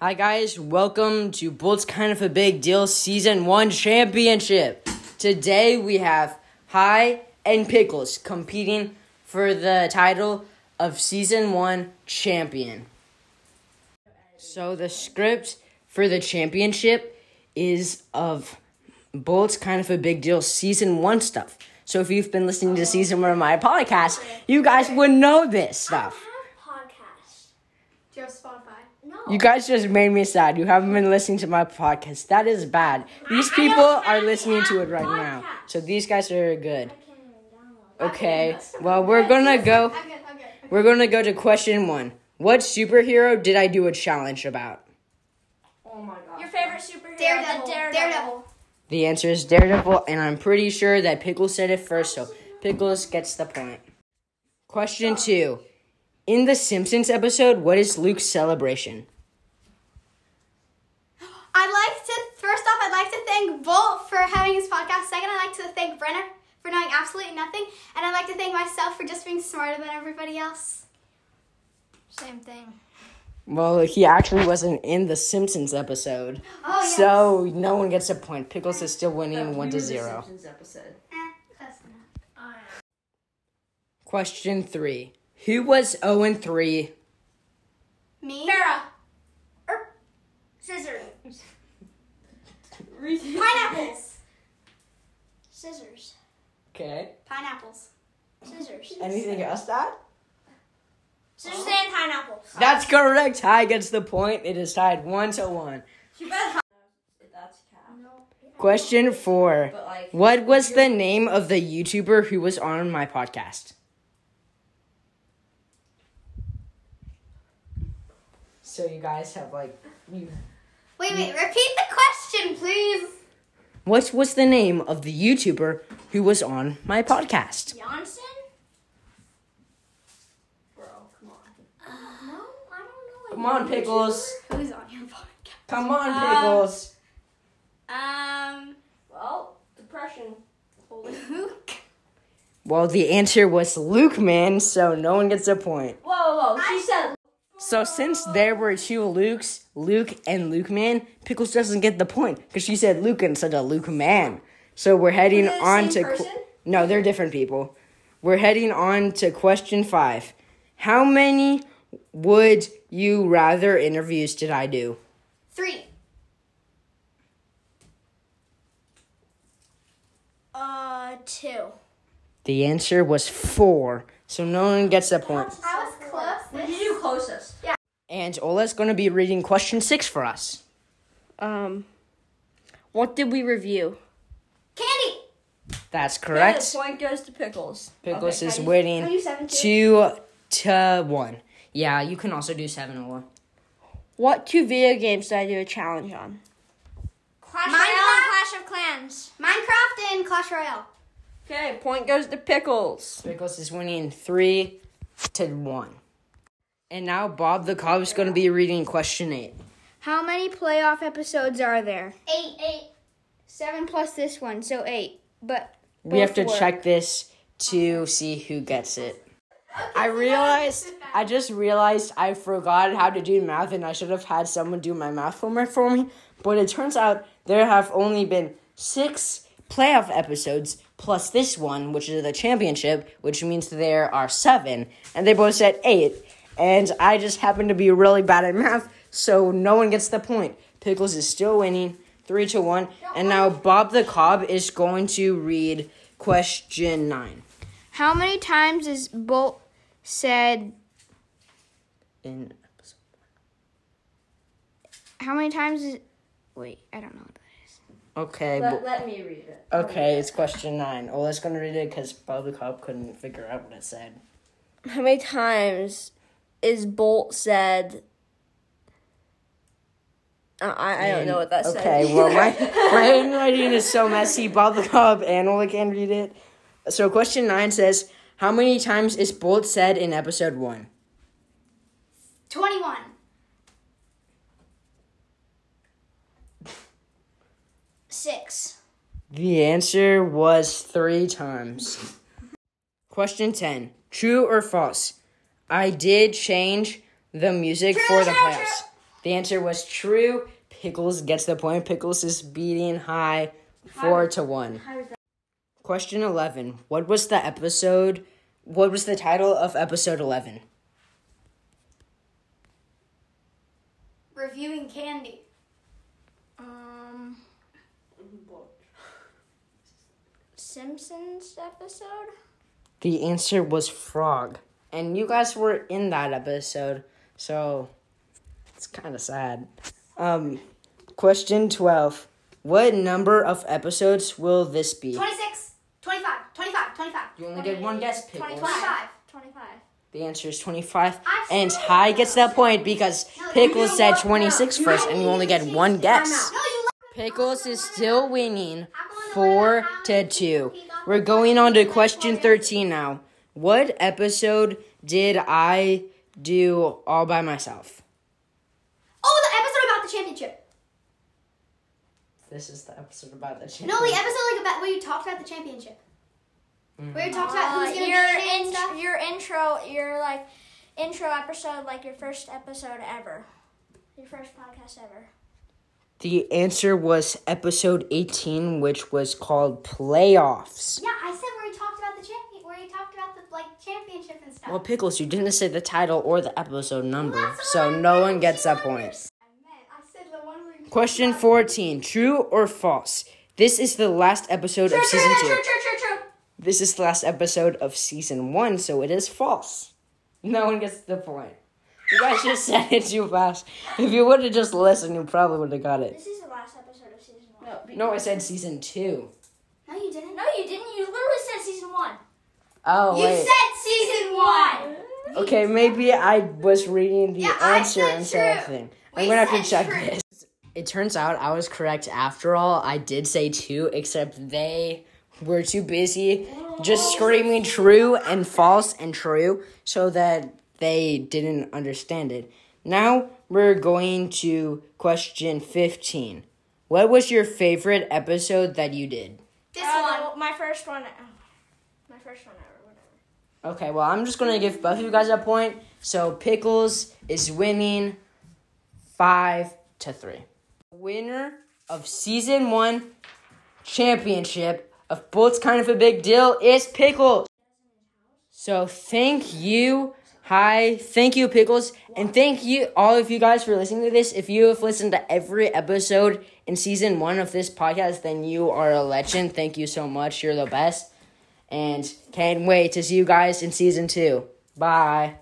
Hi guys, welcome to Bolts Kind of a Big Deal Season 1 Championship. Today we have High and Pickles competing for the title of Season 1 Champion. So the script for the championship is of Bolts Kind of a Big Deal Season 1 stuff. So if you've been listening to Season 1 of my podcast, you guys would know this stuff. have podcast. Do you have Spotify? No. You guys just made me sad. You haven't been listening to my podcast. That is bad. These I people don't are have listening to a it right now. podcast. So these guys are good. I can't even download. Okay. Well, we're going to go I'm good, I'm good. Okay. we're going to go to question 1. What superhero did I do a challenge about? Oh my god. Your favorite superhero? Daredevil. The Daredevil. Daredevil. The answer is Daredevil and I'm pretty sure that Pickles said it first, so Pickles gets the point. Question 2. In the Simpsons episode, what is Luke's celebration? I'd like to first off, I'd like to thank Bolt for having his podcast. Second, I'd like to thank Brenner for knowing absolutely nothing, and I'd like to thank myself for just being smarter than everybody else. Same thing. Well, he actually wasn't in the Simpsons episode. Oh yes. So no one gets a point. Pickles is still winning That one to was the zero. Simpsons episode. Eh, close enough. Question three. Who was 0 and 3? Me. Sarah. Er, scissors. Pineapples. Scissors. Okay. Pineapples. Scissors. Anything else, Dad? Scissors and pineapples. That's correct. Ty gets the point. It is tied one to one. That's cat. Question four. But like, What was the name of the YouTuber who was on my podcast? So you guys have like you Wait, wait. Repeat the question, please. What was the name of the YouTuber who was on my podcast? Johnson? bro, come on. No, I don't know. Come on, Pickles. Who's on your podcast? Come on, Pickles. Um, Well, depression. Luke. Well, the answer was Luke Man, so no one gets a point. Whoa, whoa, oh, she said. So since there were two Lukes, Luke and Luke Man, Pickles doesn't get the point because she said Luke instead of Luke Man. So we're heading they the on same to qu- person? no, they're different people. We're heading on to question five. How many would you rather interviews did I do? Three. Uh, two. The answer was four, so no one gets a point. I was close. What did you do closest? And Ola's gonna be reading question six for us. Um, what did we review? Candy. That's Yeah, correct. point goes to pickles. Uh, Pickles Okay, is how do you- winning. Are you seven? too? two to one. Yeah, you can also do seven or one. What two video games did I do a challenge on? Clash Mine Royale. Clash of Clans. Minecraft and Clash Royale. Okay, point goes to pickles. Pickles is winning three to one. And now Bob the Cob is going to be reading question eight. How many playoff episodes are there? Eight. Eight. Seven plus this one, so eight. But We have to Both work. check this to see who gets it. I realized, I just realized I forgot how to do math and I should have had someone do my math homework for me. But it turns out there have only been six playoff episodes plus this one, which is the championship, which means there are seven. And they both said eight. And I just happen to be really bad at math, so no one gets the point. Pickles is still winning, three to one. And now Bob the Cobb is going to read question nine. how many times is Bolt said? In How many times is? Wait, I don't know. What that is. Okay. Let, let me read it. Okay, it's question nine. Ola's gonna read it because Bob the Cop couldn't figure out what it said. How many times is Bolt said? uh, I, I don't know what that Okay, well, my, my handwriting is so messy. Bob the Cop and Ola can't read it. So, question nine says How many times is Bolt said in episode one? Twenty-one. Six. The answer was three times. question 10 True or false? I did change the music for the playoffs. The answer was true. Pickles gets the point. Pickles is beating high four to one. Question eleven. What was the episode? What was the title of episode eleven? Reviewing candy. Um. Simpsons episode? The answer was frog, and you guys were in that episode, so it's kind of sad. Um, question twelve. What number of episodes will this be? 26, 25, 25, 25. You only did one guess, Pickles. 25. 25. The answer is 25. I And said- Ty gets that point because Pickles said 26 first and you only get one guess. No, you Pickles is still winning 4 to 2. We're going on to question 13 now. What episode did I do all by myself? Oh, the episode about the championship. This is the episode about the No, the episode like about where you talked about the championship. Mm. Where you talked about Uh, who's gonna your, be shit and stuff. in- your intro, your like intro episode, like your first episode ever. Your first podcast ever. The answer was episode 18, which was called Playoffs. Yeah, I said where you talked about the champion, where you talked about the like championship and stuff. Well, Pickles, you didn't say the title or the episode number, so no one gets that point. I meant I said the one where you Question 14 True or false? This is the last episode of season 2. True, true, true, true. This is the last episode of season 1, so it is false. No one gets the point. You guys just said it too fast. If you would have just listened, you probably would have got it. This is the last episode of season one. No, No, I said season 2. No, you didn't. No, you didn't. You literally said season one. Oh, you wait. said season one. Okay, maybe I was reading the Yeah, I answer said instead of true. thing. We I'm gonna have to said check true. this. It turns out I was correct after all. I did say two, except they were too busy just screaming true and false and true so that they didn't understand it. Now we're going to question 15. What was your favorite episode that you did? This Uh, one. the- my first one. oh, my first one ever. Whatever. Okay, well, I'm just gonna give both of you guys a point. So Pickles is winning five to three. Winner of season one championship of Bolts Kind of a Big Deal is Pickles. So thank you. Hi, thank you, Pickles, and thank you all of you guys for listening to this. If you have listened to every episode in season one of this podcast, then you are a legend. Thank you so much. You're the best and can't wait to see you guys in season two. Bye.